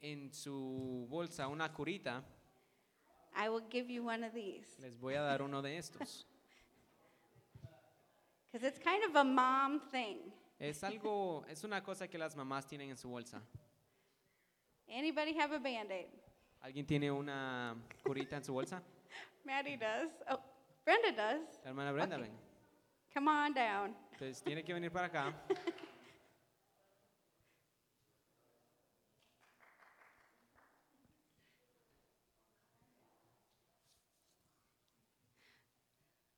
en su bolsa una curita, I will give you one of these les voy a dar uno de estos. because it's kind of a mom thing. Es algo, es una cosa que las mamás tienen en su bolsa. Anybody have a band-aid? ¿Alguien tiene una curita en su bolsa? Maddie does. Oh, Brenda does. La hermana Brenda, Ok. ven. Come on down. Entonces tiene que venir para acá.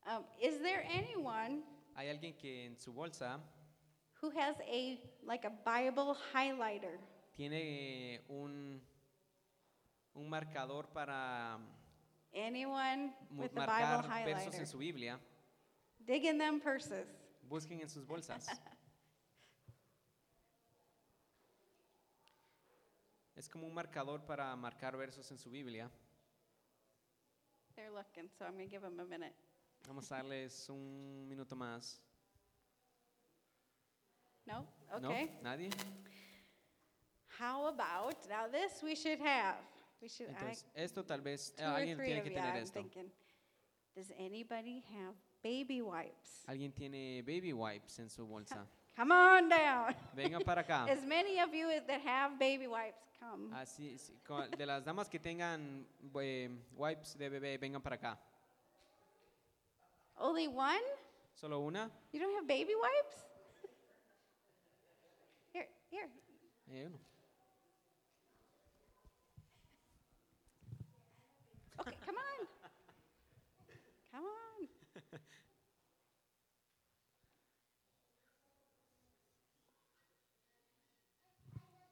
Um, is there anyone Hay alguien que en su bolsa who has a like a Bible highlighter? tiene eh, un, un marcador para Anyone mu- with a Bible marcar versos en highlighter? su Biblia. Dig in them purses. Busquen en sus bolsas. Es como un marcador para marcar versos en su Biblia. They're looking, so I'm gonna give them a minute. Vamos a darles un minuto más. No? Okay. ¿No? ¿Nadie? How about now? This we should have. We should. I, Entonces, esto tal vez eh, two or alguien three tiene of que you. tener I'm esto. thinking. Does anybody have baby wipes? Alguien tiene baby wipes en su bolsa. Come on down. Venga para acá. As many of you as- that have baby wipes, come. Así, sí, co- de las damas que tengan eh, wipes de bebé, vengan para acá. Only one? Solo una. You don't have baby wipes? Here, here. Eh, uno. Okay, come on. Come on.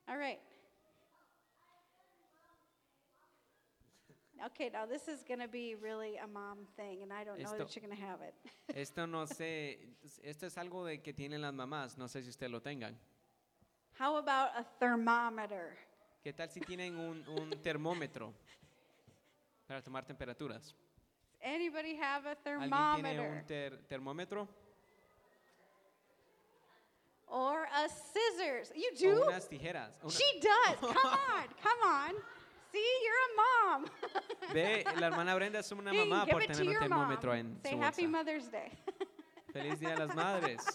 All right. Okay, now this is going to be really a mom thing, and I don't know Esto- that you're going to have it. Esto no sé, esto es algo de que tienen las mamás, no sé si ustedes lo tengan. How about a thermometer? ¿Qué tal si tienen un, un termómetro para tomar temperaturas? Anybody have a ¿Alguien tiene thermometer un ter- termómetro? or a scissors? O You do? unas tijeras. Una- She does. Come on, come on. See, you're a mom. Ve, la hermana Brenda es una You mamá give por it to tener un your termómetro mom. en Say su Happy bolsa. Mother's Day. Feliz Día de las Madres.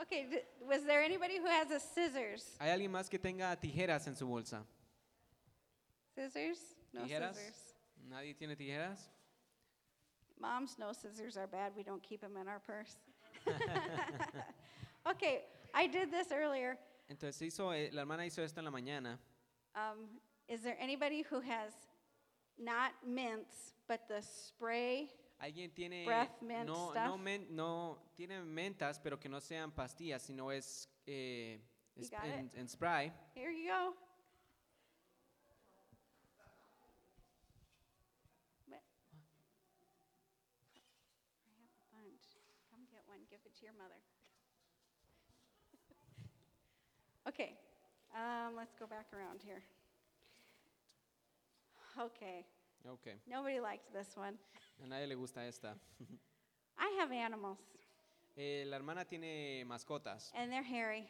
okay, d- was there anybody who has a scissors? ¿Hay alguien más que tenga tijeras en su bolsa? Scissors? No ¿Tijeras? scissors. ¿Nadie tiene tijeras? Moms, no scissors are bad. We don't keep them in our purse. okay, I did this earlier. Entonces hizo, eh, la hermana hizo esto en la mañana. Um, is there anybody who has not mints, but the spray? Alguien tiene Breath mint no, stuff. no, men- no tiene mentas, pero que no sean pastillas, sino es eh, You es- got it? en, en spray. Here you go. What? I have a bunch. Come get one. Give it to your mother. okay. Um, let's go back around here. Okay. Ok, Nobody liked this one. a nadie le gusta esta. I have animals, Eh, la hermana tiene mascotas and they're hairy.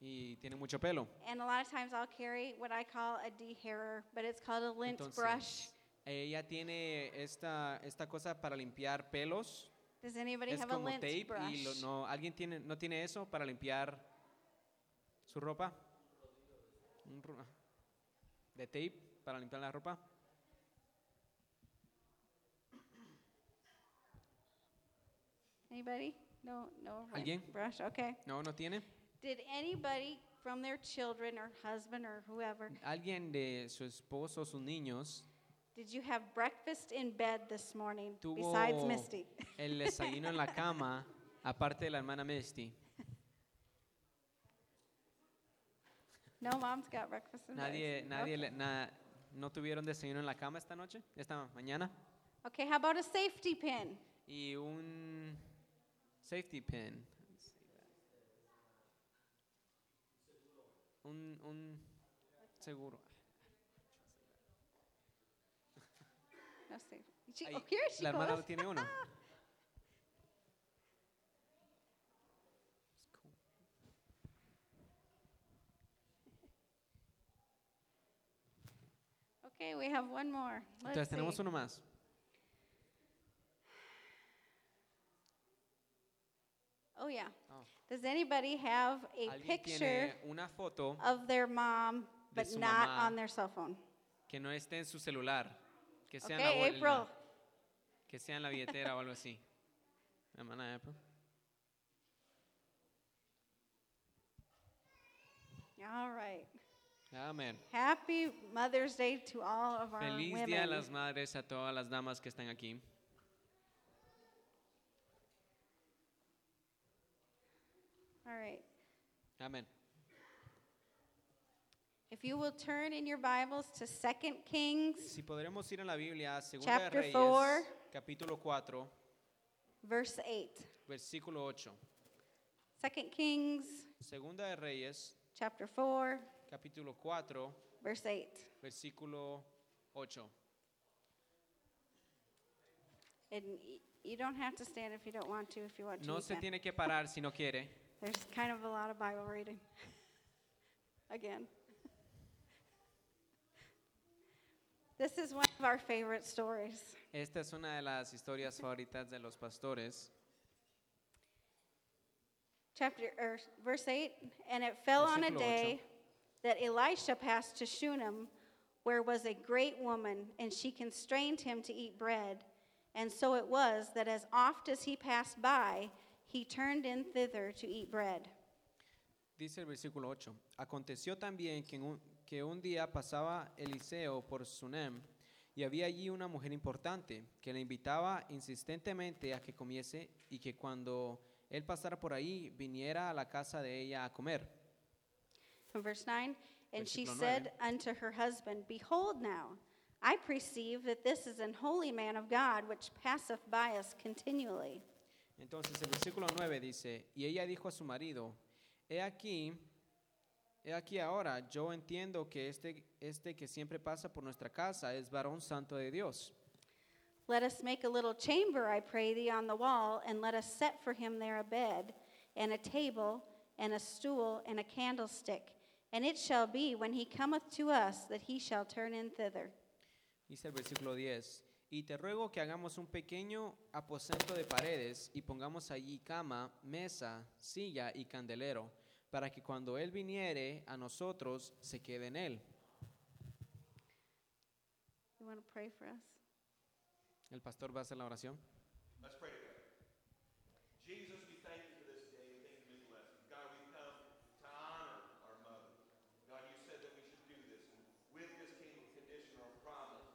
y tiene mucho pelo. And a lot of times I'll carry what I call a dehairer, but it's called a lint Entonces, brush. Ella tiene esta, esta cosa para limpiar pelos. Does anybody es have a como lint tape brush? y lo- no, alguien tiene, no tiene eso para limpiar su ropa. Un ro- de tape para limpiar la ropa. Anybody? No, no. lint ¿Alguien? Brush. Okay. No, no tiene. Did anybody from their children or husband or whoever? Alguien de su esposo, sus niños, Did you have breakfast in bed this morning tuvo besides Misty? el desayuno en la cama, aparte de la hermana Misty. No, mom's got breakfast in Nadie, bed. nadie, okay. le- na- no tuvieron desayuno en la cama esta noche, esta mañana. okay. How about a safety pin? Y un safety pin. Un, un seguro. No safety. She, Ahí, oh, here she la hermana goes. tiene uno. Okay, we have one more. Let's Entonces tenemos see. uno más. Oh, yeah. Oh. Does anybody have a Alguien picture tiene una foto of their mom, but su not mamá. on their cell phone? que no esté en su celular, que sea en la, Okay, bol- en la- April. que sea en la billetera o algo así. La mano de Apple. All right. Amén. Happy Mother's Day to all of our Feliz women. Día de las Madres a todas las damas que están aquí. All right. Amén. If you will turn in your Bibles to 2 Kings, Si podremos ir a la Biblia, Segunda Chapter de Reyes, four. capítulo 4, verse 8. versículo 8. 2 Kings, Segunda de Reyes, chapter 4, capítulo 4, verse 8. versículo 8. And y- you don't have to stand if you don't want to. If you want to, No you se can. tiene que parar si no quiere. There's kind of a lot of Bible reading. Again. This is one of our favorite stories. Esta es una de las historias favoritas de los pastores. Chapter or verse 8 and it fell on a Versículo ocho. day that Elisha passed to Shunem where was a great woman and she constrained him to eat bread and so it was that as oft as he passed by he turned in thither to eat bread. Dice el versículo 8. Aconteció también que en un, que un día pasaba Eliseo por Sunem y había allí una mujer importante que le invitaba insistentemente a que comiese y que cuando él pasara por ahí viniera a la casa de ella a comer. From verse 9, and she Versículo said nueve. unto her husband, Behold now, I perceive that this is an holy man of God which passeth by us continually. Entonces el versículo 9 dice, y ella dijo a su marido, he aquí, he aquí ahora, yo entiendo que este, este que siempre pasa por nuestra casa es varón santo de Dios. Let us make a little chamber, I pray thee, on the wall, and let us set for him there a bed, and a table, and a stool, and a candlestick. And it shall be when he cometh to us that he shall turn in thither. Dice el versículo 10, y te ruego que hagamos un pequeño aposento de paredes y pongamos allí cama, mesa, silla y candelero, para que cuando Él viniere a nosotros se quede en Él. You want to pray for us? El pastor va a hacer la oración. Let's pray together. Jesus, we thank you for this day. Thank you for this lesson. God, we come to honor our mother. God, you said that we should do this. And with this came a condition or a promise.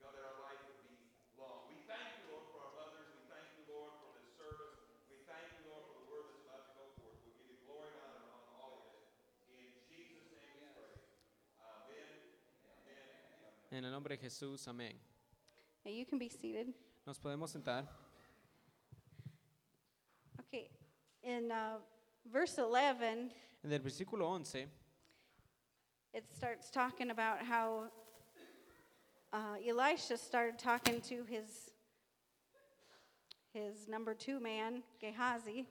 God, that our life would be long. We thank you, Lord, for our mothers. We thank you, Lord, for this service. We thank you, Lord, for the word that's about to go forth. We give you glory and honor on all of it. In Jesus' name we pray. Amen. Amen. Amen. En el nombre de Jesús, amén. Now you can be seated. Nos podemos sentar. Okay, in uh, verse 11, En el versículo 11 it starts talking about how uh, Elisha started talking to his his number two man Gehazi,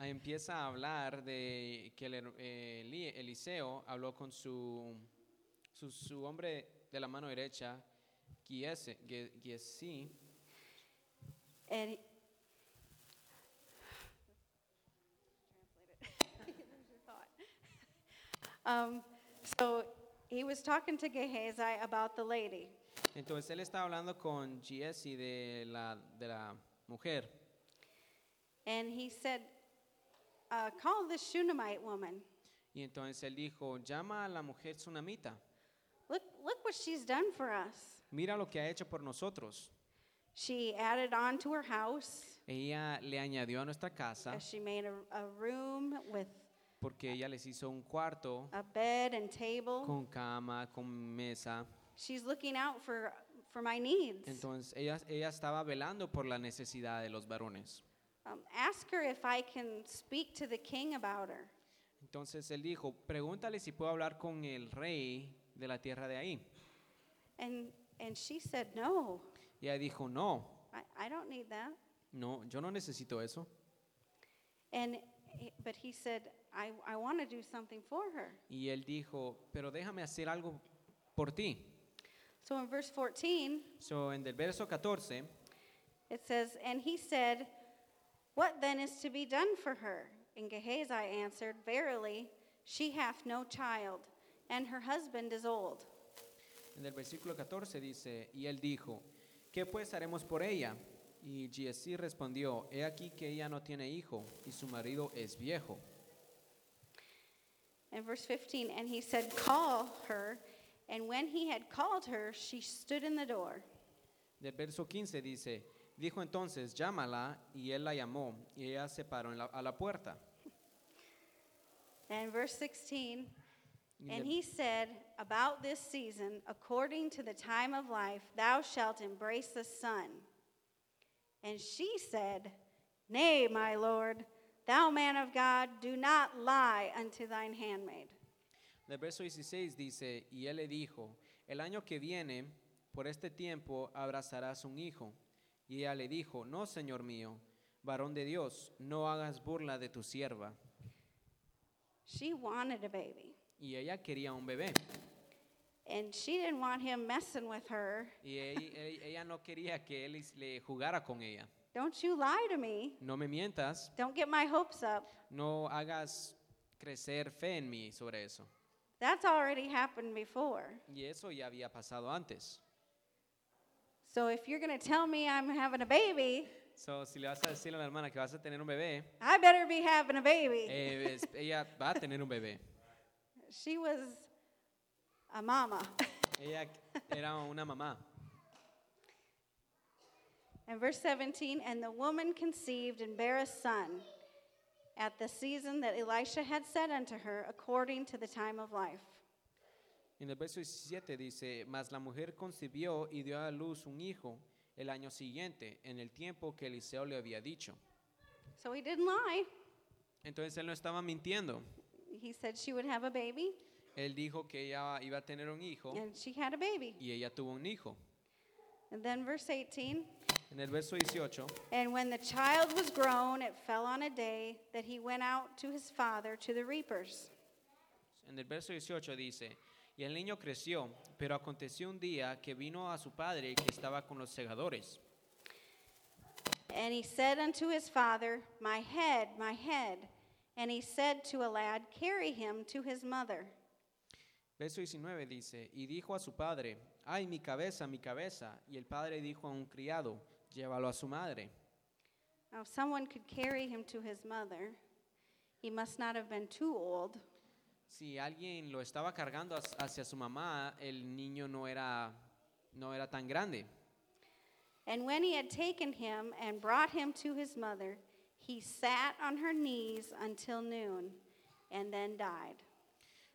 ahí empieza a hablar de que el her- eh, Eli- Eliseo habló con su, su, su hombre de la mano derecha, Giese, Gie- Giesi, and he- um, so he was talking to Gehazi about the lady, Entonces él estaba hablando con Giesi de la, de la mujer and he said, uh, "Call this Shunammite woman. y entonces él dijo, llama a la mujer tsunamita, Look, look what she's done for us." mira lo que ha hecho por nosotros. She added on to her house. Ella le añadió a nuestra casa as she made a, a room with porque ella les hizo un cuarto a bed and table. con cama, con mesa. She's looking out for, for my needs. Entonces ella, ella estaba velando por la necesidad de los varones. Um, ask her if I can speak to the king about her. Entonces él dijo, pregúntale si puedo hablar con el rey de la tierra de ahí. And, and she said, No, Y ella dijo, no, I, I don't need that. no, yo no necesito eso. And, he- but he said, I, I want to do something for her. Y él dijo, pero déjame hacer algo por ti. So in verse 14, So, en el verso 14, it says, And he said, What then is to be done for her? And Gehazi answered, Verily, she hath no child, and her husband is old. en el versículo 14 dice, y él dijo, ¿qué pues haremos por ella? Y Giesi respondió, he aquí que ella no tiene hijo y su marido es viejo. And verse 15, And he said, Call her. And when he had called her, she stood in the door. Del verso 15 dice, dijo entonces, llámala, y él la llamó, y ella se paró en la- a la puerta. And verse 16, Y And del- he said, About this season, according to the time of life, thou shalt embrace a son. And she said, Nay, my Lord, thou man of God, do not lie unto thine handmaid. Del verso 16 dice, y él le dijo, el año que viene, por este tiempo, abrazarás un hijo. Y ella le dijo, no, Señor mío, varón de Dios, no hagas burla de tu sierva. She wanted a baby, Y ella quería un bebé. and she didn't want him messing with her. Y e- e- ella no quería que él is- le jugara con ella. Don't you lie to me. No me mientas, Don't get my hopes up. no hagas crecer fe en mí sobre eso. That's already happened before. Y eso ya había pasado antes. So if you're going to tell me I'm having a baby, So, si le vas a decir a la hermana que vas a tener un bebé, I better be having a baby. eh, es- ella va a tener un bebé. She was a mama. Ella era una mamá. and verse 17, and the woman conceived and bare a son at the season that Elisha had said unto her, according to the time of life. En el verso 17 dice, mas la mujer concibió y dio a luz un hijo el año siguiente, en el tiempo que Eliseo le había dicho. So he didn't lie. Entonces él no estaba mintiendo. He said she would have a baby, Él dijo que ella iba a tener un hijo and she had a baby. y ella tuvo un hijo. And then verse 18, En el verso 18, and when the child was grown, it fell on a day that he went out to his father to the reapers. en el verso 18 dice, y el niño creció, pero aconteció un día que vino a su padre que estaba con los segadores. And he said unto his father, My head, my head. And he said to a lad, Carry him to his mother. Verso 19 dice, y dijo a su padre, ay, mi cabeza, mi cabeza. Y el padre dijo a un criado, llévalo a su madre. Now, if someone could carry him to his mother, he must not have been too old. Si alguien lo estaba cargando hac- hacia su mamá, el niño no era, no era tan grande. And when he had taken him and brought him to his mother, he sat on her knees until noon and then died.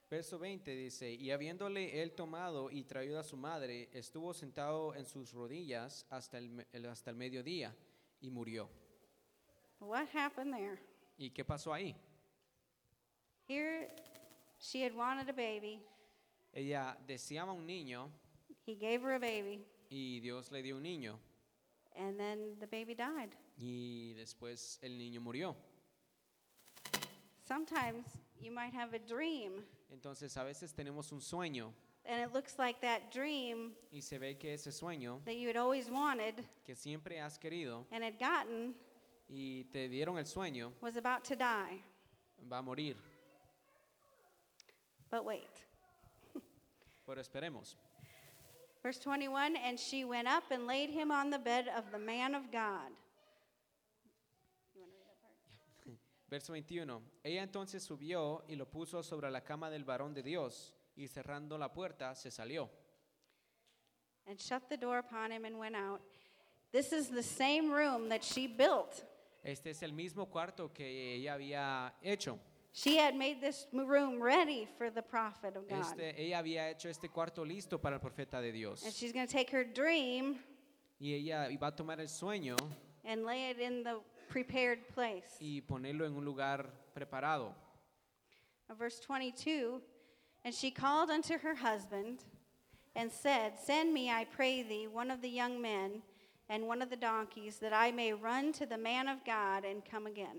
Verso 20 dice, y habiéndole él tomado y traído a su madre, estuvo sentado en sus rodillas hasta el, me- el- hasta el mediodía y murió. What happened there? ¿Y qué pasó ahí? Here, she had wanted a baby. Ella deseaba un niño He gave her a baby, y Dios le dio un niño and then the baby died. y después el niño murió. Sometimes you might have a dream, Entonces a veces tenemos un sueño and it looks like that dream y se ve que ese sueño that you had always wanted que siempre has querido and had gotten y te dieron el sueño was about to die. va a morir, But wait. pero esperemos. Verse 21 And she went up and laid him on the bed of the man of God. Verso 21. Ella entonces subió y lo puso sobre la cama del varón de Dios y cerrando la puerta se salió. and shut the door upon him and went out. This is the same room that she built. Este es el mismo cuarto que ella había hecho. She had made this m- room ready for the prophet of God. Este, ella había hecho este cuarto listo para el profeta de and Dios. she's going to take her dream Y ella iba a tomar el sueño and lay it in the prepared place. y ponerlo en un lugar preparado. Uh, Verse 22 And she called unto her husband and said, Send me, I pray thee, one of the young men and one of the donkeys, that I may run to the man of God and come again.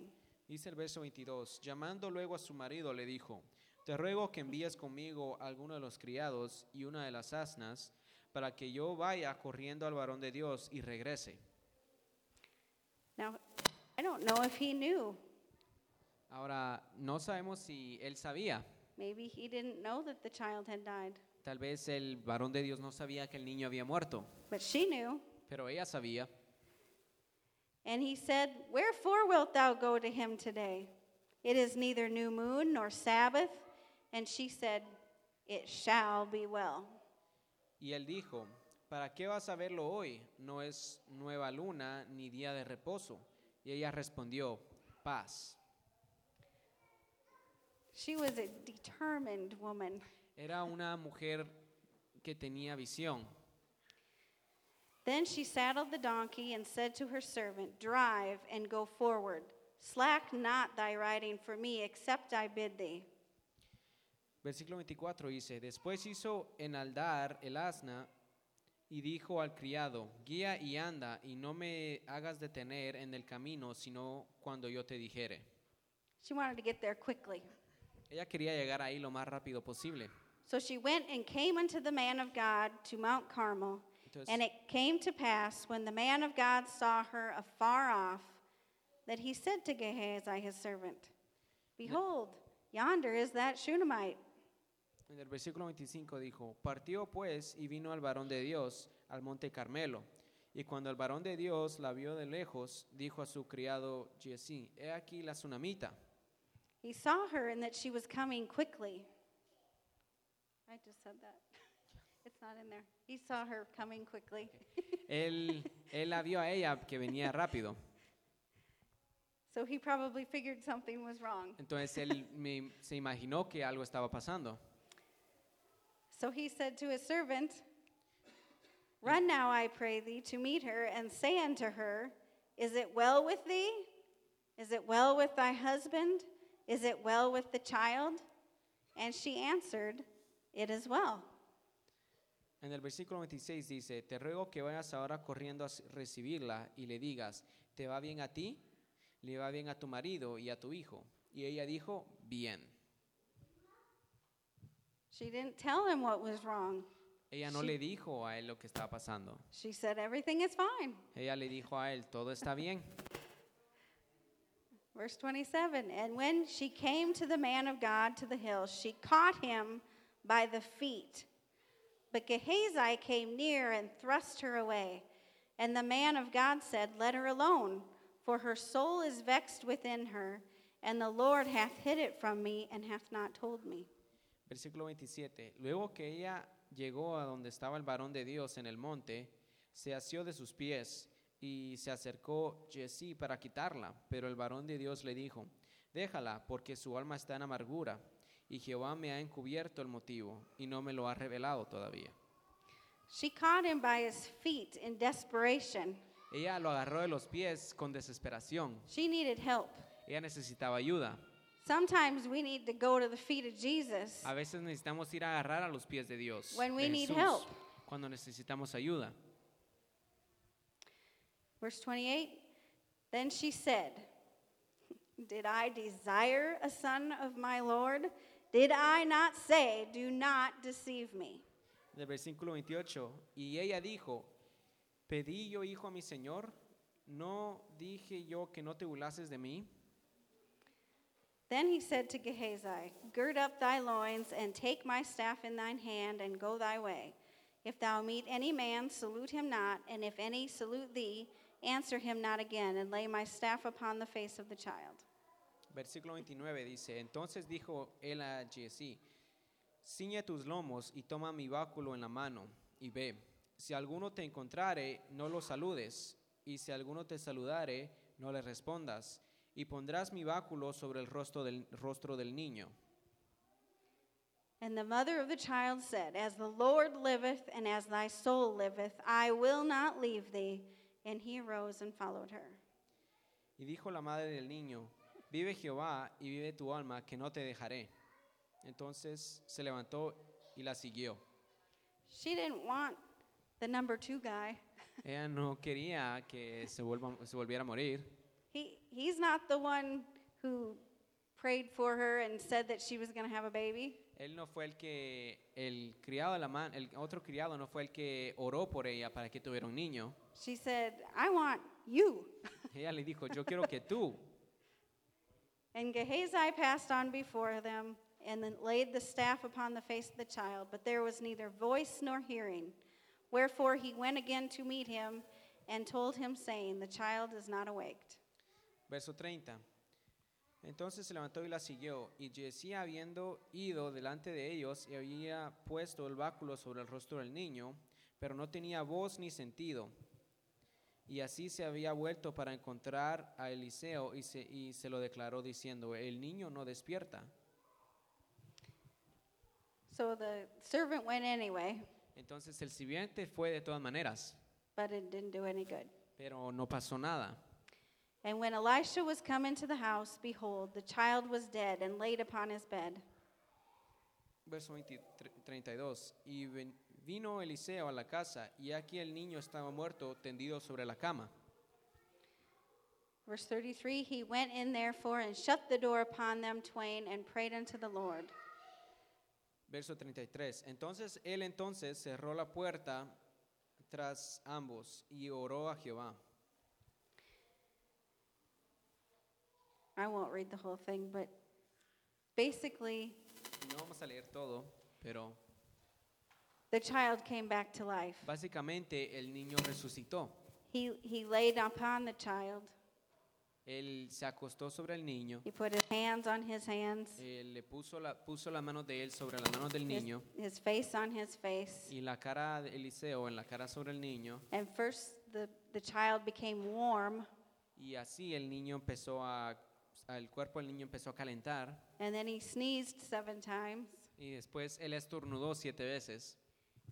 Dice el verso 22, llamando luego a su marido le dijo, te ruego que envíes conmigo a alguno de los criados y una de las asnas para que yo vaya corriendo al varón de Dios y regrese. Now, I don't know if he knew. Ahora, no sabemos si él sabía. Maybe he didn't know that the child had died, Tal vez el varón de Dios no sabía que el niño había muerto, but she knew. pero ella sabía. And he said, Wherefore wilt thou go to him today? It is neither new moon nor Sabbath. And she said, It shall be well. Y él dijo, ¿para qué vas a verlo hoy? No es nueva luna ni día de reposo. Y ella respondió, paz. She was a determined woman. Era una mujer que tenía visión. Then she saddled the donkey and said to her servant, Drive and go forward. Slack not thy riding for me, except I bid thee. Versículo 24 dice, después hizo enaldar el asna y dijo al criado, guía y anda y no me hagas detener en el camino, sino cuando yo te dijere. She wanted to get there quickly. Ella quería llegar ahí lo más rápido posible. So she went and came unto the man of God to Mount Carmel. Entonces- And it came to pass, when the man of God saw her afar off, that he said to Gehazi his servant, Behold, yonder is that Shunammite. En el versículo 25 dijo, partió pues y vino al varón de Dios al monte Carmelo. Y cuando el varón de Dios la vio de lejos, dijo a su criado Giesi, he aquí la tsunamita. He saw her and that she was coming quickly. I just said that. It's not in there. He saw her coming quickly. Él, él la vio a ella que venía rápido. So he probably figured something was wrong. Entonces él me- se imaginó que algo estaba pasando. So he said to his servant, Run now, I pray thee, to meet her, and say unto her, Is it well with thee? Is it well with thy husband? Is it well with the child? And she answered, It is well. En el versículo 26 dice, te ruego que vayas ahora corriendo a s- recibirla y le digas, ¿te va bien a ti? ¿Le va bien a tu marido y a tu hijo? Y ella dijo, bien. She didn't tell him what was wrong. Ella no Sí. le dijo a él lo que estaba pasando. She said, Everything is fine. Ella le dijo a él, todo está bien. Verse 27 And when she came to the man of God to the hill, she caught him by the feet. But Gehazi came near and thrust her away. And the man of God said, Let her alone, for her soul is vexed within her, and the Lord hath hid it from me and hath not told me. Versículo 27. Luego que ella llegó a donde estaba el varón de Dios en el monte, se asió de sus pies y se acercó Jessí para quitarla, pero el varón de Dios le dijo, déjala, porque su alma está en amargura, y Jehová me ha encubierto el motivo, y no me lo ha revelado todavía. She caught him by his feet in desperation. Ella lo agarró de los pies con desesperación. She needed help. Ella necesitaba ayuda. Sometimes we need to go to the feet of Jesus. A veces necesitamos ir a agarrar a los pies de Dios. When we de need Jesús, help. Cuando necesitamos ayuda. Verse 28 Then she said, Did I desire a son of my Lord? Did I not say, Do not deceive me? Del versículo 28. Y ella dijo, pedí yo hijo a mi Señor, no dije yo que no te burlases de mí. Then he said to Gehazi, Gird up thy loins, and take my staff in thine hand, and go thy way. If thou meet any man, salute him not, and if any salute thee, answer him not again, and lay my staff upon the face of the child. Versículo 29 dice, entonces dijo él a Giesi, ciñe tus lomos y toma mi báculo en la mano y ve, si alguno te encontrare, no lo saludes, y si alguno te saludare, no le respondas, y pondrás mi báculo sobre el rostro del, rostro del niño. And the mother of the child said, As the Lord liveth, and as thy soul liveth, I will not leave thee. And he arose and followed her. Y dijo la madre del niño, vive Jehová y vive tu alma, que no te dejaré. Entonces se levantó y la siguió. She didn't want the number two guy. Ella no quería que se, vuelva- se volviera a morir. He, he's not the one who prayed for her and said that she was going to have a baby. Él no fue el que, el criado de la mano, el otro criado no fue el que oró por ella para que tuviera un niño. She said, I want you. Ella le dijo, yo quiero que tú. And Gehazi passed on before them and then laid the staff upon the face of the child, but there was neither voice nor hearing. Wherefore he went again to meet him and told him, saying, The child is not awaked. Verso 30. Entonces se levantó y la siguió, y Jesí habiendo ido delante de ellos y había puesto el báculo sobre el rostro del niño, pero no tenía voz ni sentido. Y así se había vuelto para encontrar a Eliseo y se, y se lo declaró diciendo, el niño no despierta. So the servant went anyway, Entonces el sirviente fue de todas maneras, but it didn't do any good. pero no pasó nada. And when Elisha was come into the house, behold, the child was dead and laid upon his bed. Verso 20 tre- 32. Y ven- vino Eliseo a la casa, y aquí el niño estaba muerto, tendido sobre la cama. Verse 33 He went in therefore and shut the door upon them twain and prayed unto the Lord. Verso 33. Entonces él entonces cerró la puerta tras ambos y oró a Jehová. I won't read the whole thing, but basically, No vamos a leer todo, pero the child came back to life. básicamente el niño resucitó. He, he laid upon the child, Él se acostó sobre el niño, he put his hands on his hands, eh, le puso la, puso la mano de él sobre las manos del his, niño his face on his face. y la cara de Eliseo en la cara sobre el niño. And first, the, the child became warm, Y así el niño empezó a, el cuerpo del niño empezó a calentar and then he sneezed seven times, y después él estornudó siete veces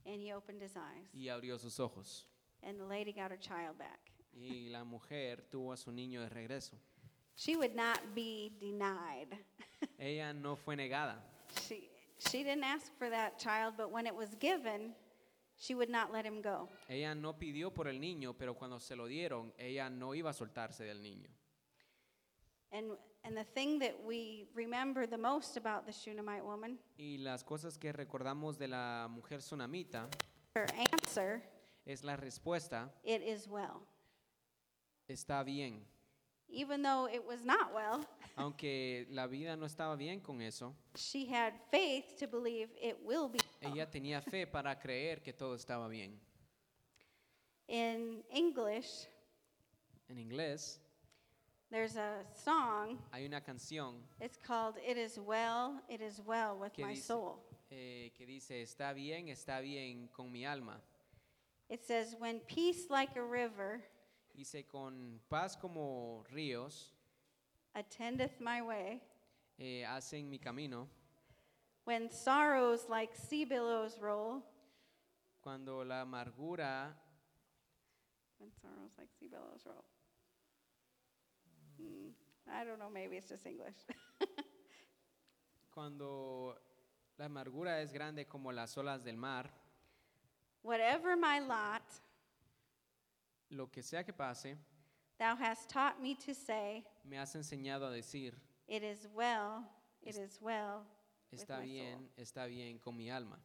and he opened his eyes. y abrió sus ojos. And the lady got her child back. Y la mujer tuvo a su niño de regreso. She would not be denied. Ella no fue negada. She, she didn't ask for that child, but when it was given, she would not let him go. Ella no pidió por el niño, pero cuando se lo dieron, ella no iba a soltarse del niño. And, and the thing that we remember the most about the Shunammite woman, Y las cosas que recordamos de la mujer tsunamita her answer, es la respuesta, it is well. está bien. Even though it was not well, Aunque la vida no estaba bien con eso, she had faith to believe it will be. well. ella tenía fe para creer que todo estaba bien. In English, En inglés, there's a song. hay una canción It's called It Is Well, It Is Well with Que My dice- Soul. eh, que dice, está bien, está bien con mi alma. It says, When peace like a river Dice, con paz como ríos attendeth my way, eh, hacen mi camino. when sorrows like sea billows roll, Cuando la amargura, When sorrows like sea billows roll. Mm, I don't know, maybe it's just English. cuando la amargura es grande como las olas del mar, Whatever my lot, lo que sea que pase, thou hast taught me to say, me has enseñado a decir, It is well, it Es- is well. with está my bien, soul." está bien con mi alma.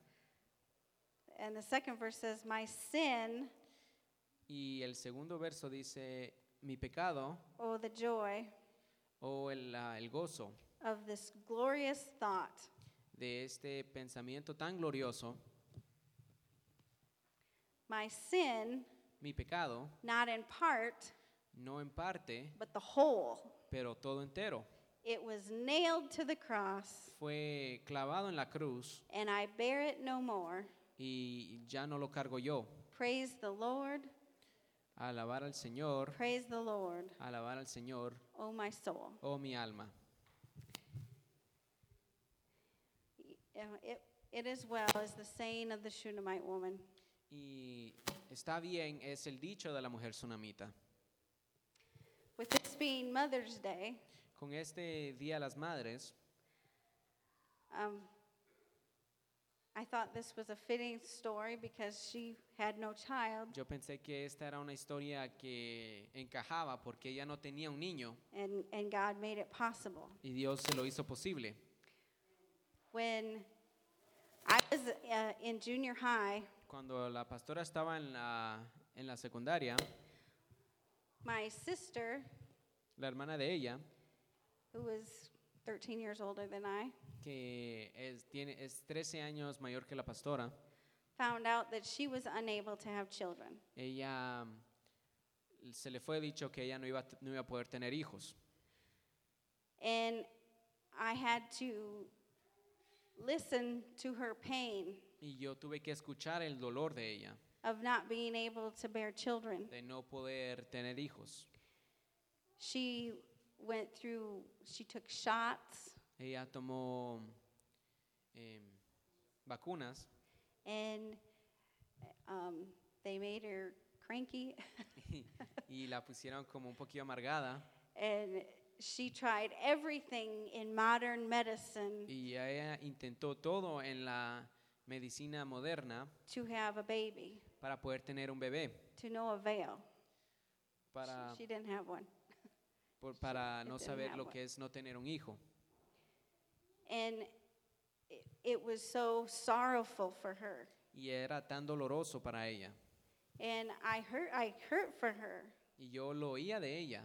And the second verse says, My sin, Y el segundo verso dice, mi pecado oh, the joy o el, ah, el gozo of this glorious thought de este pensamiento tan glorioso, my sin, mi pecado, not in part, no en parte, but the whole. pero todo entero, It was nailed to the cross, fue clavado en la cruz and I bear it no more. y ya no lo cargo yo. Praise the Lord, Alabar al Señor, praise the Lord, alabar al Señor, O my soul. oh mi alma. Uh, It, it is well is the saying of the Shunammite woman. Y está bien, es el dicho de la mujer tsunamita. With this being Mother's Day, Con este Día de las Madres, um, I thought this was a fitting story because she had no child, Yo pensé que esta era una historia que encajaba porque ella no tenía un niño and, and God made it possible. y Dios se lo hizo posible. When I was uh, in junior high, Cuando la pastora estaba en la, en la secundaria, my sister, la hermana de ella, who was 13 years older than I, que es, tiene, es 13 años mayor que la pastora, found out that she was unable to have children. ella mm, se le fue dicho que ella no iba, a t- no iba a poder tener hijos. And I had to listen to her pain Y yo tuve que escuchar el dolor de ella, of not being able to bear children. de no poder tener hijos. She went through, she took shots Ella tomó em, vacunas and um, they made her cranky. y la pusieron como un poquito amargada. and she tried everything in modern medicine Y ella intentó todo en la medicina moderna to have a baby, para poder tener un bebé, to no avail. She- para, she didn't have one. por- para no didn't saber have lo one. que es no tener un hijo. And it, it was so sorrowful for her. Y era tan doloroso para ella. And I hurt, I hurt for her, Y yo lo oía de ella,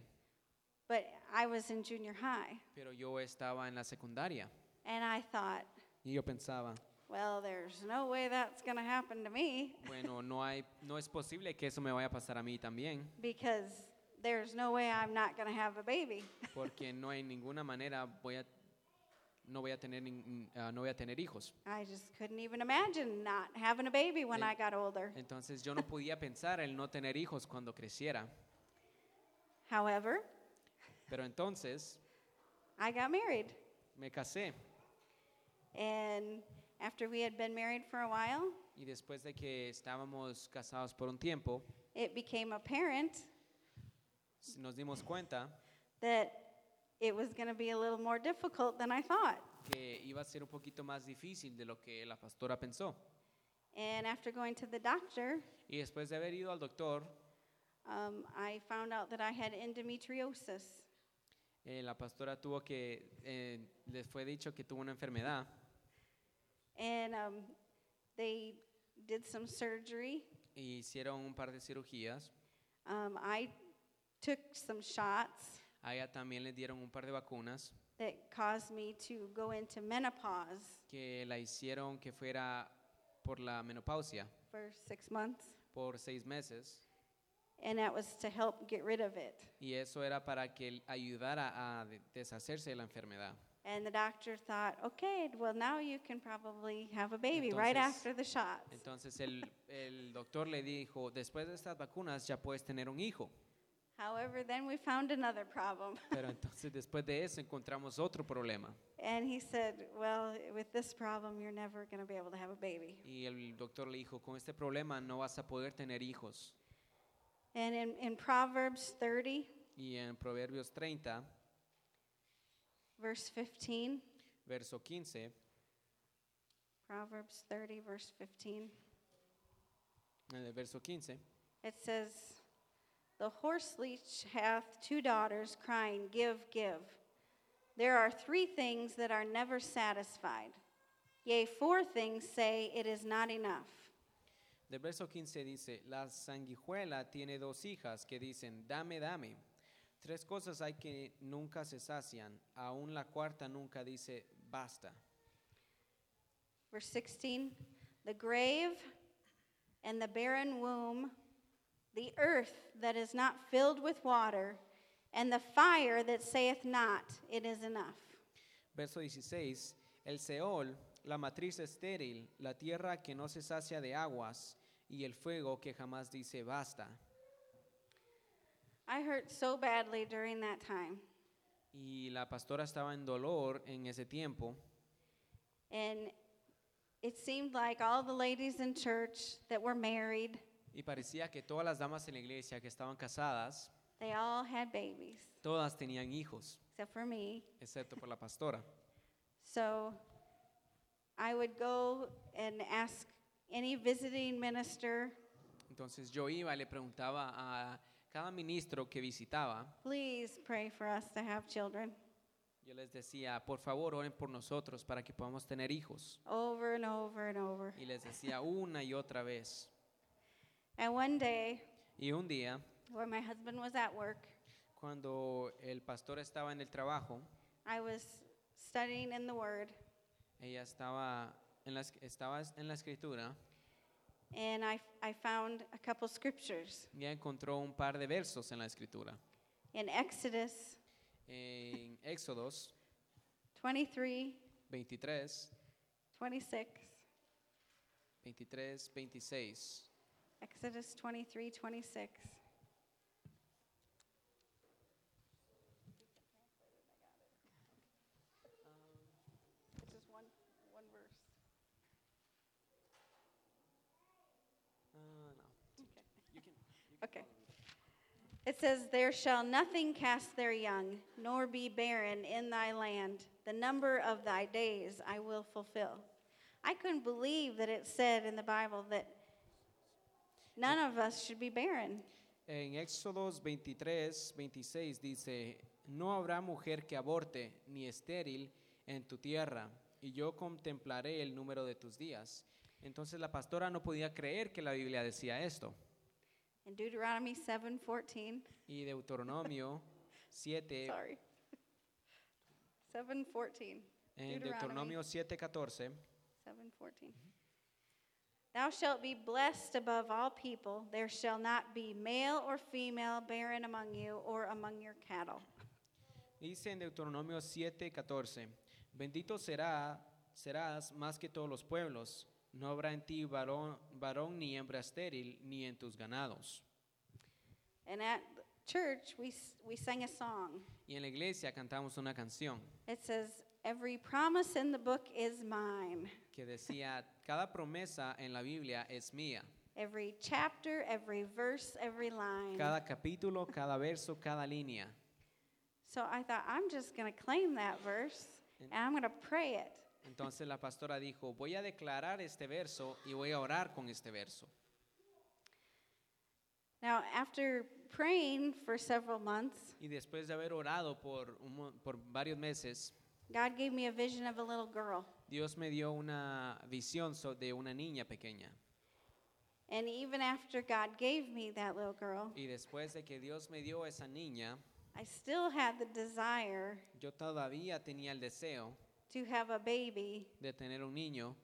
but I was in junior high, pero yo estaba en la secundaria. and I thought, Y yo pensaba, well, there's no way that's going to happen to me bueno, no, hay, no es posible que eso me vaya a pasar a mí también, because there's no way I'm not going to have a baby. porque no hay ninguna manera, voy a, no, voy a tener, nin- ah, no voy a tener hijos. I just couldn't even imagine not having a baby when I got older. Entonces yo no podía pensar el no tener hijos cuando creciera. However, Pero entonces I got married, me casé and after we had been married for a while, y después de que estábamos casados por un tiempo, it became apparent s- nos dimos cuenta that it was going to be a little more difficult than I thought. que iba a ser un poquito más difícil de lo que la pastora pensó. And after going to the doctor, Y después de haber ido al doctor, um, I found out that I had endometriosis. eh, la pastora tuvo que, eh, les fue dicho que tuvo una enfermedad And um, they did some surgery. e hicieron un par de cirugías. Um, I took some shots A ella también le dieron un par de vacunas that caused me to go into menopause que la hicieron que fuera por la menopausia for six months, por seis meses. and that was to help get rid of it. Y eso era para que él ayudara a de- deshacerse de la enfermedad. And the doctor thought, okay, well, now you can probably have a baby right Entonces- after the shots. Entonces el, el doctor le dijo, después de estas vacunas ya puedes tener un hijo. However, then we found another problem. Pero entonces después de eso encontramos otro problema. And he said, Well, with this problem, you're never going to be able to have a baby. Y el doctor le dijo, con este problema no vas a poder tener hijos. And in, in Proverbs 30, Y en Proverbios 30, verse 15, verso 15, Proverbs 30, verse 15, en el eh, verso 15, it says, The horse leech hath two daughters, crying, Give, give. There are three things that are never satisfied. Yea, four things say, It is not enough. del verso 15 dice, la sanguijuela tiene dos hijas que dicen, dame, dame. Tres cosas hay que nunca se sacian, aún la cuarta nunca dice, basta. Verse 16, The grave and the barren womb, the earth that is not filled with water, and the fire that saith not, It is enough. Verso 16, el Seol, la matriz estéril, la tierra que no se sacia de aguas y el fuego que jamás dice, basta. I hurt so badly during that time. Y la pastora estaba en dolor en ese tiempo And it seemed like all the ladies in church that were married, y parecía que todas las damas en la iglesia que estaban casadas, they all had babies, todas tenían hijos, except for me. excepto por la pastora. So I would go and ask any visiting minister, Entonces yo iba y le preguntaba a cada ministro que visitaba, please pray for us to have children, yo les decía, por favor, oren por nosotros para que podamos tener hijos. over and over and over. Y les decía una y otra vez. And one day, Y un día, where my husband was at work, cuando el pastor estaba en el trabajo, I was studying in the Word, ella estaba en la, es- estaba en la escritura and I, I found a couple scriptures y ella encontró un par de versos en la escritura. in Exodus En Éxodos 23, 23, 26, 23, 26. Exodus 23, 26. It's just one, one verse. Ah, no. Okay. It says, There shall nothing cast their young, nor be barren in thy land. The number of thy days I will fulfill. I couldn't believe that it said in the Bible that none of us should be barren. En Éxodos 23, 26 dice, no habrá mujer que aborte ni estéril en tu tierra, y yo contemplaré el número de tus días. Entonces la pastora no podía creer que la Biblia decía esto. In Deuteronomy 7:14, Y Deuteronomio 7, sorry. 7:14. en Deuteronomio 7, 14, 7:14. Thou shalt be blessed above all people. There shall not be male or female barren among you or among your cattle. dice en Deuteronomio 7, 14, bendito será, serás más que todos los pueblos, no habrá en ti varón, varón ni hembra estéril, ni en tus ganados. And at church, we, s- we sang a song. Y en la iglesia cantamos una canción It says, Every promise in the book is mine. que decía, cada promesa en la Biblia es mía. Every chapter, every verse, every line. Cada capítulo, cada verso, cada línea. So I thought, I'm just going to claim that verse and I'm going to pray it. Entonces la pastora dijo, voy a declarar este verso y voy a orar con este verso. Now, after praying for several months, Y después de haber orado por, un mo- por varios meses, God gave me a vision of a little girl. Dios me dio una visión so- de una niña pequeña. And even after God gave me that little girl, Y después de que Dios me dio esa niña, I still had the desire yo todavía tenía el deseo to have a baby de tener un niño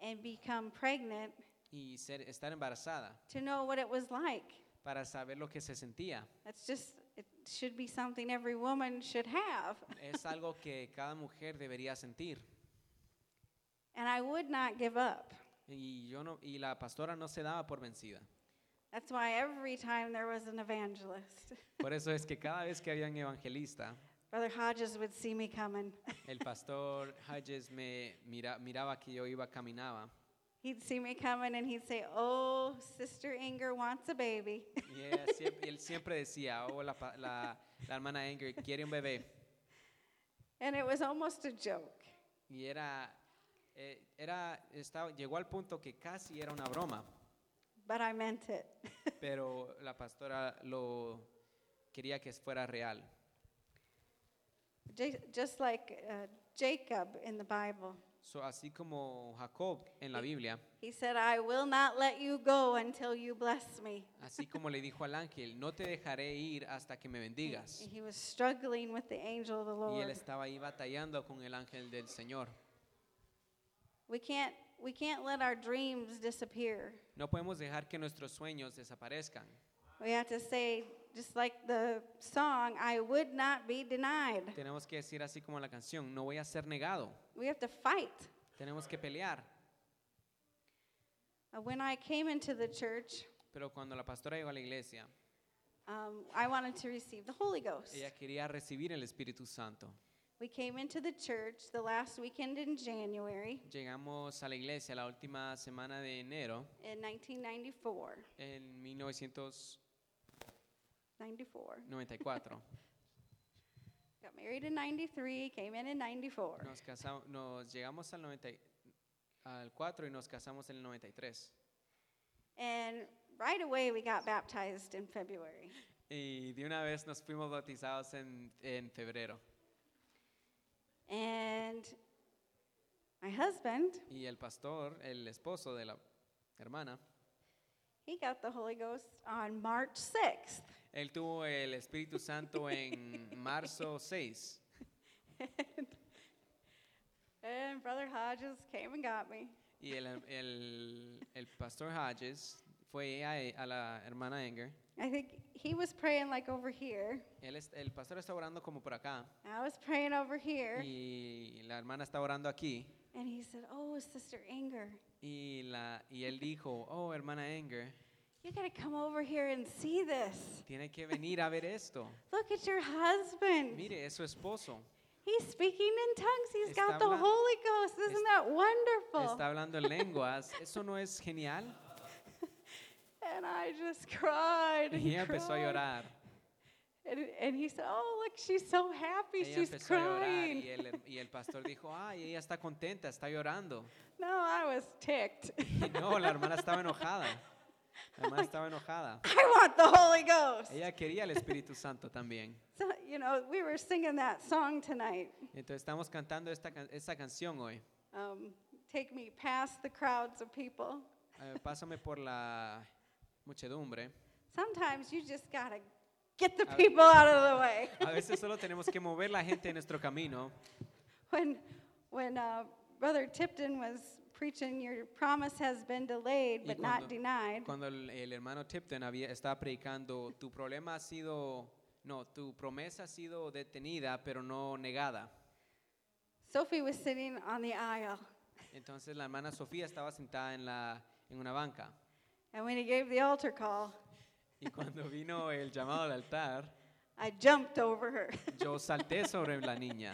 and become pregnant y ser, estar embarazada to know what it was like. para saber lo que se sentía. That's just, it should be something every woman should have. es algo que cada mujer debería sentir. And I would not give up. Y, yo no, y la pastora no se daba por vencida. That's why every time there was an evangelist, Por eso es que cada vez que había un evangelista, Brother Hodges would see me coming. el pastor Hayes me mira- miraba que yo iba, caminaba. He'd see me coming and he'd say, Oh, Sister Inger wants a baby. Y ella siempre- y él siempre decía, oh, la, pa- la- la hermana Anger quiere un bebé. And it was almost a joke. Y era, eh, era estaba, llegó al punto que casi era una broma, But I meant it. pero la pastora lo quería que fuera real. Ju- Just like uh, Jacob in the Bible. So, así como Jacob en la Biblia. He said, I will not let you go until you bless me. Así como le dijo al ángel, no te dejaré ir hasta que me bendigas. He was struggling with the angel of the Y él Lord. estaba ahí batallando con el ángel del Señor. We can't, we can't let our dreams disappear. No podemos dejar que nuestros sueños desaparezcan. We have to say, just like the song, I would not be denied. Tenemos que decir así como la canción, no voy a ser negado. We have to fight. Tenemos que pelear. Uh, When I came into the church, Pero cuando la pastora llegó a la iglesia, um, I wanted to receive the Holy Ghost. ella quería recibir el Espíritu Santo. We came into the church the last weekend in January Llegamos a la iglesia la última semana de enero in 1994. en 1994. 94. Got married in 93, came in in 94. Nos casamos, nos llegamos al 90, al 4 y nos casamos en el 93. And right away, we got baptized in February. Y de una vez nos fuimos bautizados en, en febrero. And my husband, Y el pastor, el esposo de la hermana, he got the Holy Ghost on March 6th. él tuvo el Espíritu Santo en marzo 6. And Brother Hodges came and got me. Y el, el, el pastor Hodges fue a, a la hermana Enger. I think he was praying like over here. Él es- el pastor está orando como por acá I was praying over here. y la hermana está orando aquí. And he said, Oh, Sister Inger, Y, la, y él dijo, oh, hermana Enger, you got to come over here and see this. tiene que venir a ver esto. Look at your husband. Mire, es su esposo. He's speaking in tongues. He's got Está the habla- Holy Ghost. Isn't that Está wonderful? hablando en lenguas. ¿Eso no es genial? And I just cried. and Y ella empezó a cried. llorar. And, and he said, Oh, look, she's so happy. Ella she's empezó a llorar crying. y el, y el pastor dijo, ay, ella está contenta, está llorando. No, I was ticked. Y no, la hermana estaba enojada. La hermana estaba enojada. I want the Holy Ghost. Ella quería el Espíritu Santo también. So, you know, we were singing that song tonight. Entonces estamos cantando esta, can- esta canción hoy. Um, Take me past the crowds of people. Eh, pásame por la muchedumbre. Sometimes you just got to get the A- people out of the way. A veces solo tenemos que mover la gente en nuestro camino. When, when uh, Brother Tipton was preaching, your promise has been delayed Y but not cuando- denied. Cuando el, el hermano Tipton había, estaba predicando, tu problema ha sido, no, tu promesa ha sido detenida, pero no negada. Sophie was sitting on the aisle, Entonces la hermana Sofía estaba sentada en, la, en una banca. and when he gave the altar call, Y cuando vino el llamado al altar, I jumped over her yo salté sobre la niña,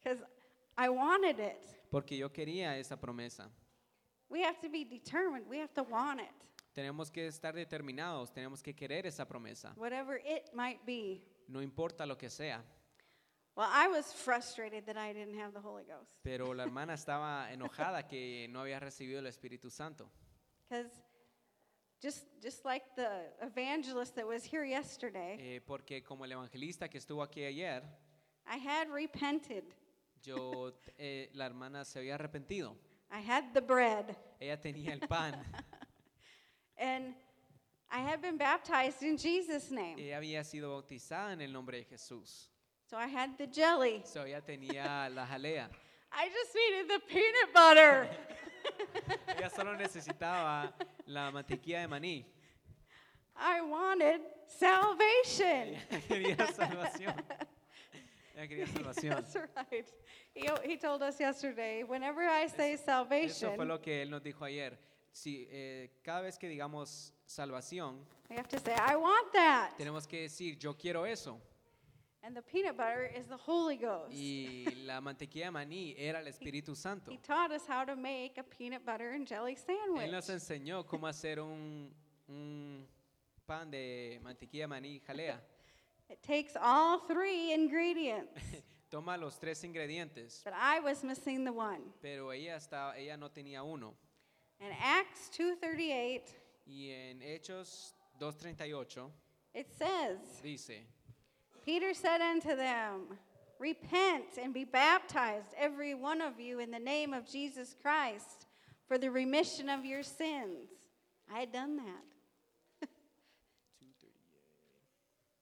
because I wanted it. porque yo quería esa promesa. We have to be determined, we have to want it, Tenemos que estar determinados, tenemos que querer esa promesa, whatever it might be. no importa lo que sea. Well, I was frustrated that I didn't have the Holy Ghost Pero la hermana estaba enojada que no había recibido el Espíritu Santo. because just, just like the evangelist that was here yesterday, Eh, porque como el evangelista que estuvo aquí ayer, I had repented, yo, eh, la hermana se había arrepentido. I had the bread. Ella tenía el pan, And I had been baptized in Jesus' name. ella había sido bautizada en el nombre de Jesús. So I had the jelly. So ella tenía la jalea. I just needed the peanut butter. Ella solo necesitaba la mantequilla de maní. I wanted salvation. Ella quería salvación. Ella quería salvación. That's right. He, he told us yesterday whenever I say Eso fue salvation, lo que él nos dijo ayer. Si eh, cada vez que digamos salvación, we have to say, I want that. tenemos que decir yo quiero eso. And the peanut butter is the Holy Ghost. Y la mantequilla de maní era el Espíritu Santo. He taught us how to make a peanut butter and jelly Él nos sandwich. enseñó cómo hacer un, un pan de mantequilla de maní y jalea. It takes all three ingredients, Toma los tres ingredientes, but I was missing the one. pero ella, estaba, ella no tenía uno. In Acts 2:38, Y en Hechos 2.38 it says, dice, Peter said unto them, Repent and be baptized, every one of you, in the name of Jesus Christ, for the remission of your sins. I had done that.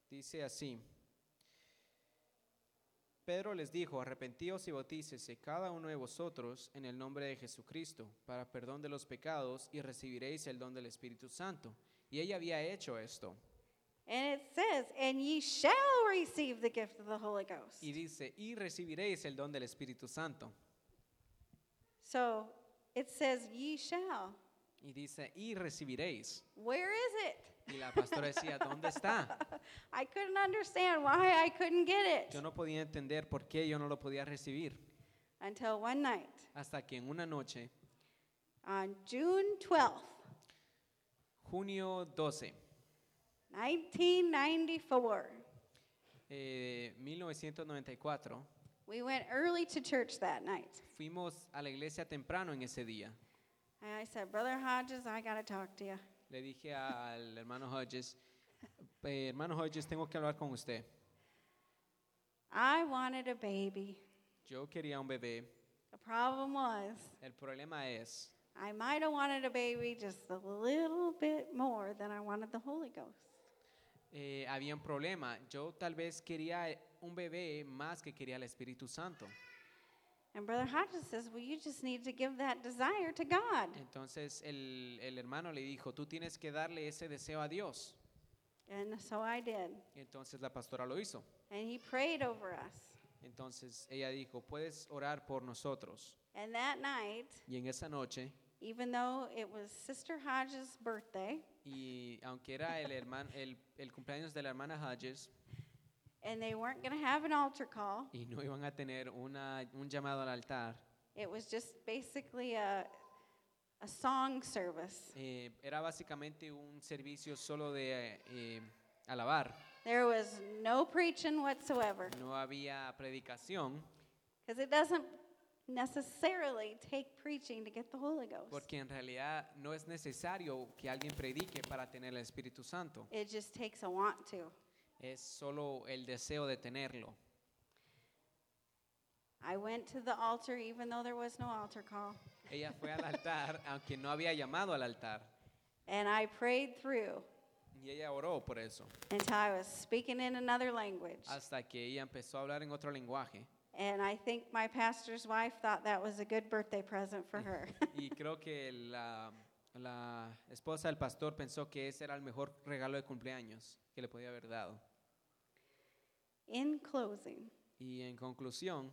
dice así, Pedro les dijo, arrepentíos y bautícese cada uno de vosotros en el nombre de Jesucristo, para perdón de los pecados, y recibiréis el don del Espíritu Santo. Y ella había hecho esto. And it says, And ye shall receive the gift of the Holy Ghost. Y dice, y recibiréis el don del Espíritu Santo. So it says, Ye shall. Y dice, y recibiréis. Where is it? Y la pastora decía, ¿dónde está? I couldn't understand why I couldn't get Yo it no podía entender por qué yo no lo podía recibir. until one night Hasta que en una noche, on June 12th, junio 12, 1994. eh, 1994, We went early to church that night. Fuimos a la iglesia temprano en ese día. And I said, Brother Hodges, I got to talk to you. Le dije al hermano Hodges, "Eh, hermano Hodges, tengo que hablar con usted. I wanted a baby. Yo quería un bebé. The problem was, El problema es I might have wanted a baby just a little bit more than I wanted the Holy Ghost. Eh, había un problema. Yo tal vez quería eh, un bebé más que quería el Espíritu Santo. And Brother Hodges says, Well, you just need to give that desire to God. Entonces el, el hermano le dijo, tú tienes que darle ese deseo a Dios. And so I did. Entonces la pastora lo hizo. And he prayed over us. Entonces ella dijo, puedes orar por nosotros. And that night, Y en esa noche, even though it was Sister Hodges' birthday, y aunque era el, herman- el, el cumpleaños de la hermana Hodges, and they weren't going to have an altar call, y no iban a tener una, un llamado al altar, it was just basically a, a song service. eh, era básicamente un servicio solo de eh, alabar. There was no preaching whatsoever. No había predicación, Because it doesn't necessarily take preaching to get the Holy Ghost. Porque en realidad no es necesario que alguien predique para tener el Espíritu Santo. It just takes a want to. Es solo el deseo de tenerlo. I went to the altar even though there was no altar call, Ella fue al altar, aunque no había llamado al altar. and I prayed through Y ella oró por eso. until I was speaking in another language. Hasta que ella empezó a hablar en otro lenguaje. And I think my pastor's wife thought that was a good birthday present for her. Y creo que la, la esposa del pastor pensó que ese era el mejor regalo de cumpleaños que le podía haber dado. in closing, Y en conclusión,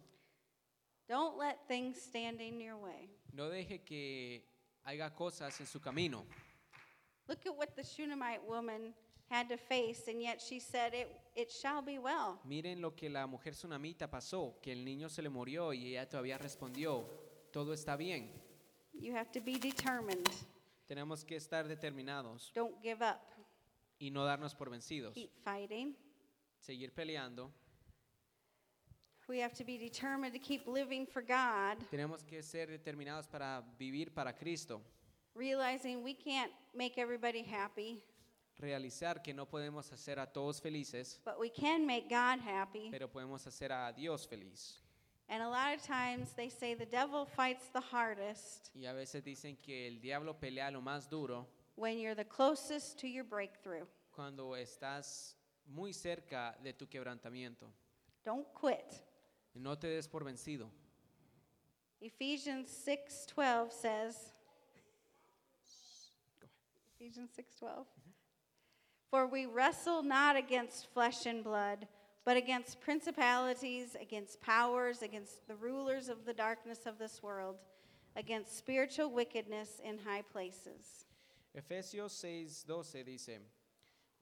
don't let things stand in your way. no deje que haya cosas en su camino. Look at what the Shunammite woman had to face, and yet she said, It, it shall be well. Miren lo que la mujer tsunamita pasó, que el niño se le murió y ella todavía respondió, todo está bien. You have to be determined. Tenemos que estar determinados Don't give up. y no darnos por vencidos. Keep fighting. Seguir peleando. We have to be determined to keep living for God, Tenemos que ser determinados para vivir para Cristo. realizing we can't make everybody happy, Realizar que no podemos hacer a todos felices, but we can make God happy. pero podemos hacer a Dios feliz. And a lot of times they say the devil fights the hardest Y a veces dicen que el diablo pelea lo más duro when you're the closest to your breakthrough. cuando estás muy cerca de tu quebrantamiento. Don't quit. No te des por vencido. Ephesians 6:12 says Ephesians 6:12 For we wrestle not against flesh and blood but against principalities against powers against the rulers of the darkness of this world against spiritual wickedness in high places Efesios 6:12 dice,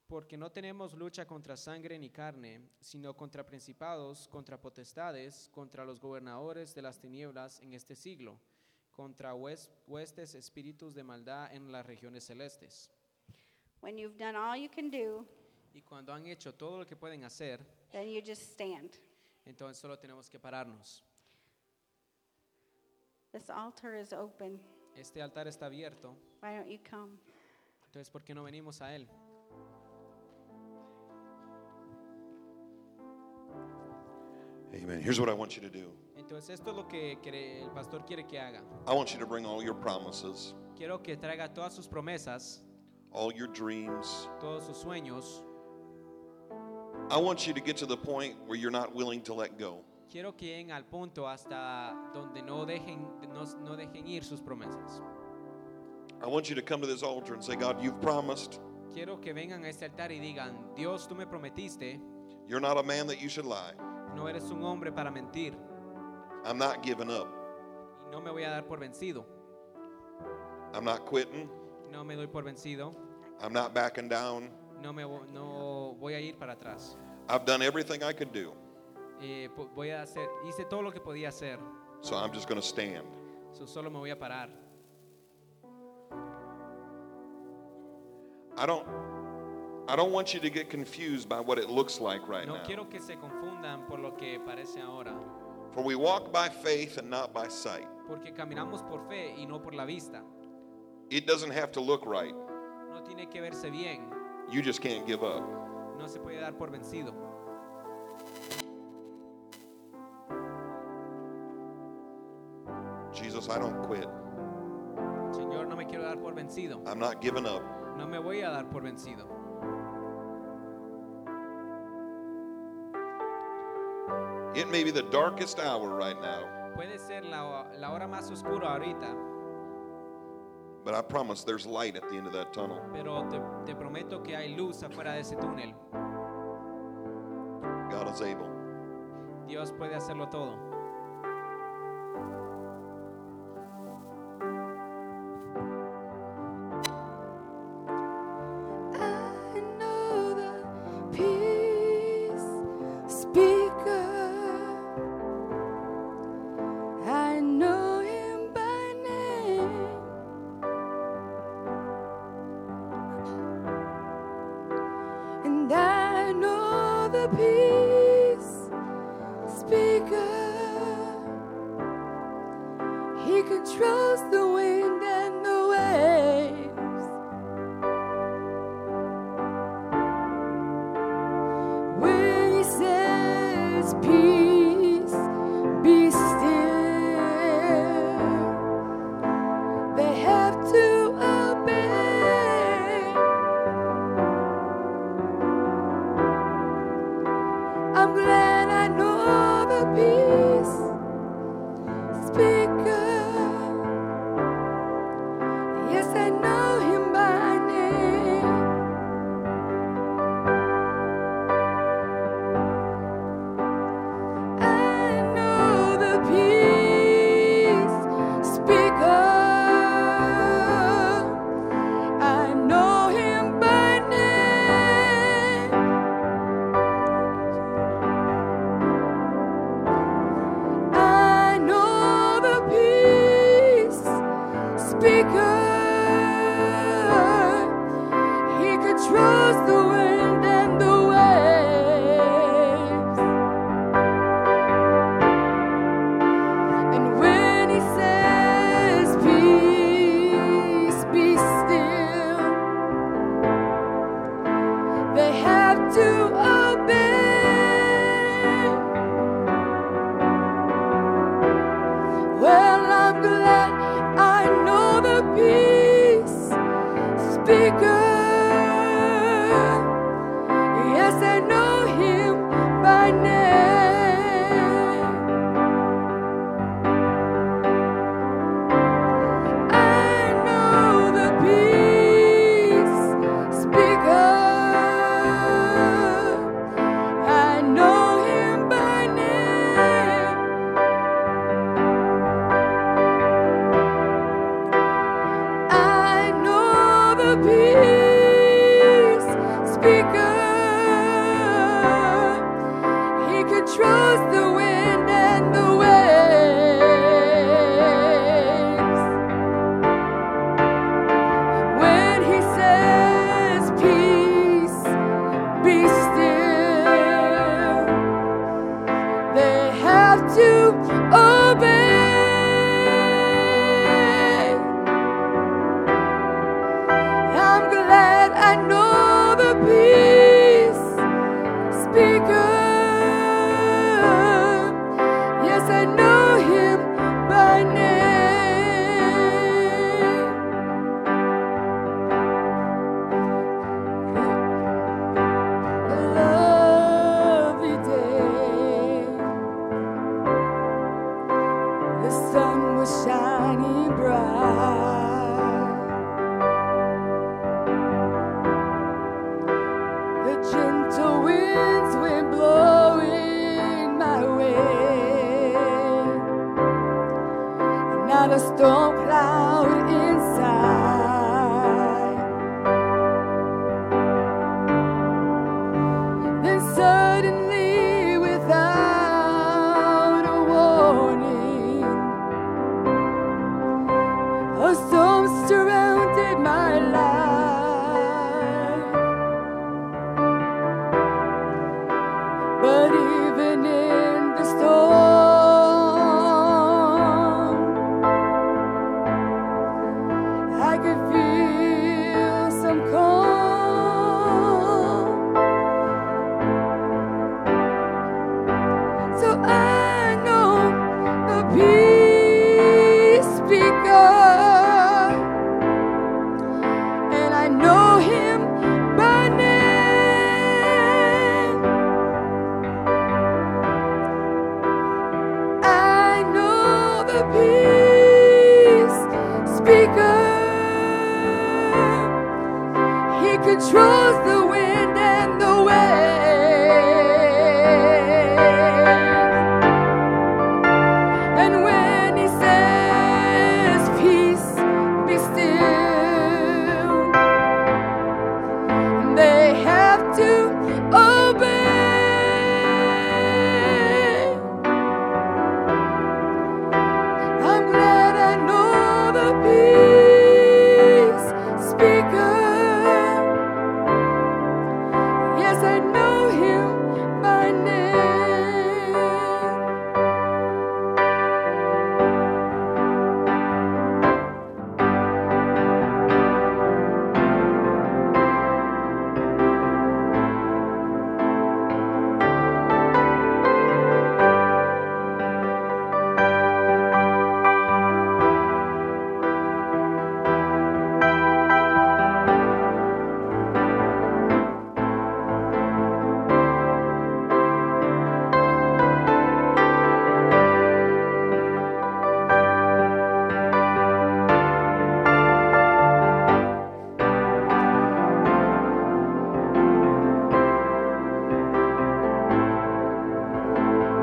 porque no tenemos lucha contra sangre ni carne, sino contra principados, contra potestades, contra los gobernadores de las tinieblas en este siglo, contra hues- huestes espíritus de maldad en las regiones celestes. When you've done all you can do Y cuando han hecho todo lo que pueden hacer, then you just stand entonces solo tenemos que pararnos. This altar is open Este altar está abierto, why don't you come entonces ¿por qué no venimos a él? Amen. Here's what I want you to do Entonces esto es lo que quiere- el pastor quiere que haga. I want you to bring all your promises, Quiero que traiga todas sus promesas, all your dreams. todos sus sueños, I want you to get to the point where you're not willing to let go. Quiero que lleguen al punto hasta donde no dejen, no, no dejen ir sus promesas. I want you to come to this altar and say, God, you've promised. Quiero que vengan a este altar y digan, Dios, tú me prometiste, You're not a man that you should lie. no eres un hombre para mentir I'm not giving up. y no me voy a dar por vencido. I'm not quitting. No me doy por vencido, I'm not backing down. no, me, vo- no voy a ir para atrás. I've done everything I could do. Eh, po- voy a hacer, hice todo lo que podía hacer, So I'm just going to stand. so solo me voy a parar. I don't I don't want you to get confused by what it looks like right No now. quiero que se confundan por lo que parece ahora. For we walk by faith and not by sight. porque caminamos por fe y no por la vista. It doesn't have to look right. No tiene que verse bien, You just can't give up. no se puede dar por vencido. Jesus, I don't quit. Señor, no me quiero dar por vencido, I'm not giving up. no me voy a dar por vencido. It may be the darkest hour right now, Puede ser la, la hora más oscura ahorita, but I promise there's light at the end of that tunnel. pero te, te prometo que hay luz afuera de ese túnel. God is able. Dios puede hacerlo todo. I know the peace speaker. I know him by name, and I know the peace speaker. He controls the wind and the waves. When he says, Peace, be still, they have to obey. I'm glad I know the peace speaker. Yes, I know him by name. I know the peace speaker. I know him by name. I know the peace speaker. He controls the wind and the waves. And when he says, Peace, be still, they have to obey. Well, I'm glad I know the peace speaker. Yes, I know him by name. I know the peace speaker. I know him by name. I know the peace speaker. He controls the wind and the waves. When he says, Peace, be still, they have to obey. I'm glad I know the peace speaker. Yes, I know him by name. A lovely day. The sun was shining bright. The gentle winds went blowing my way. Not a storm cloud inside. Then suddenly, without a warning, a storm surrounded my life. But even in the storm, God.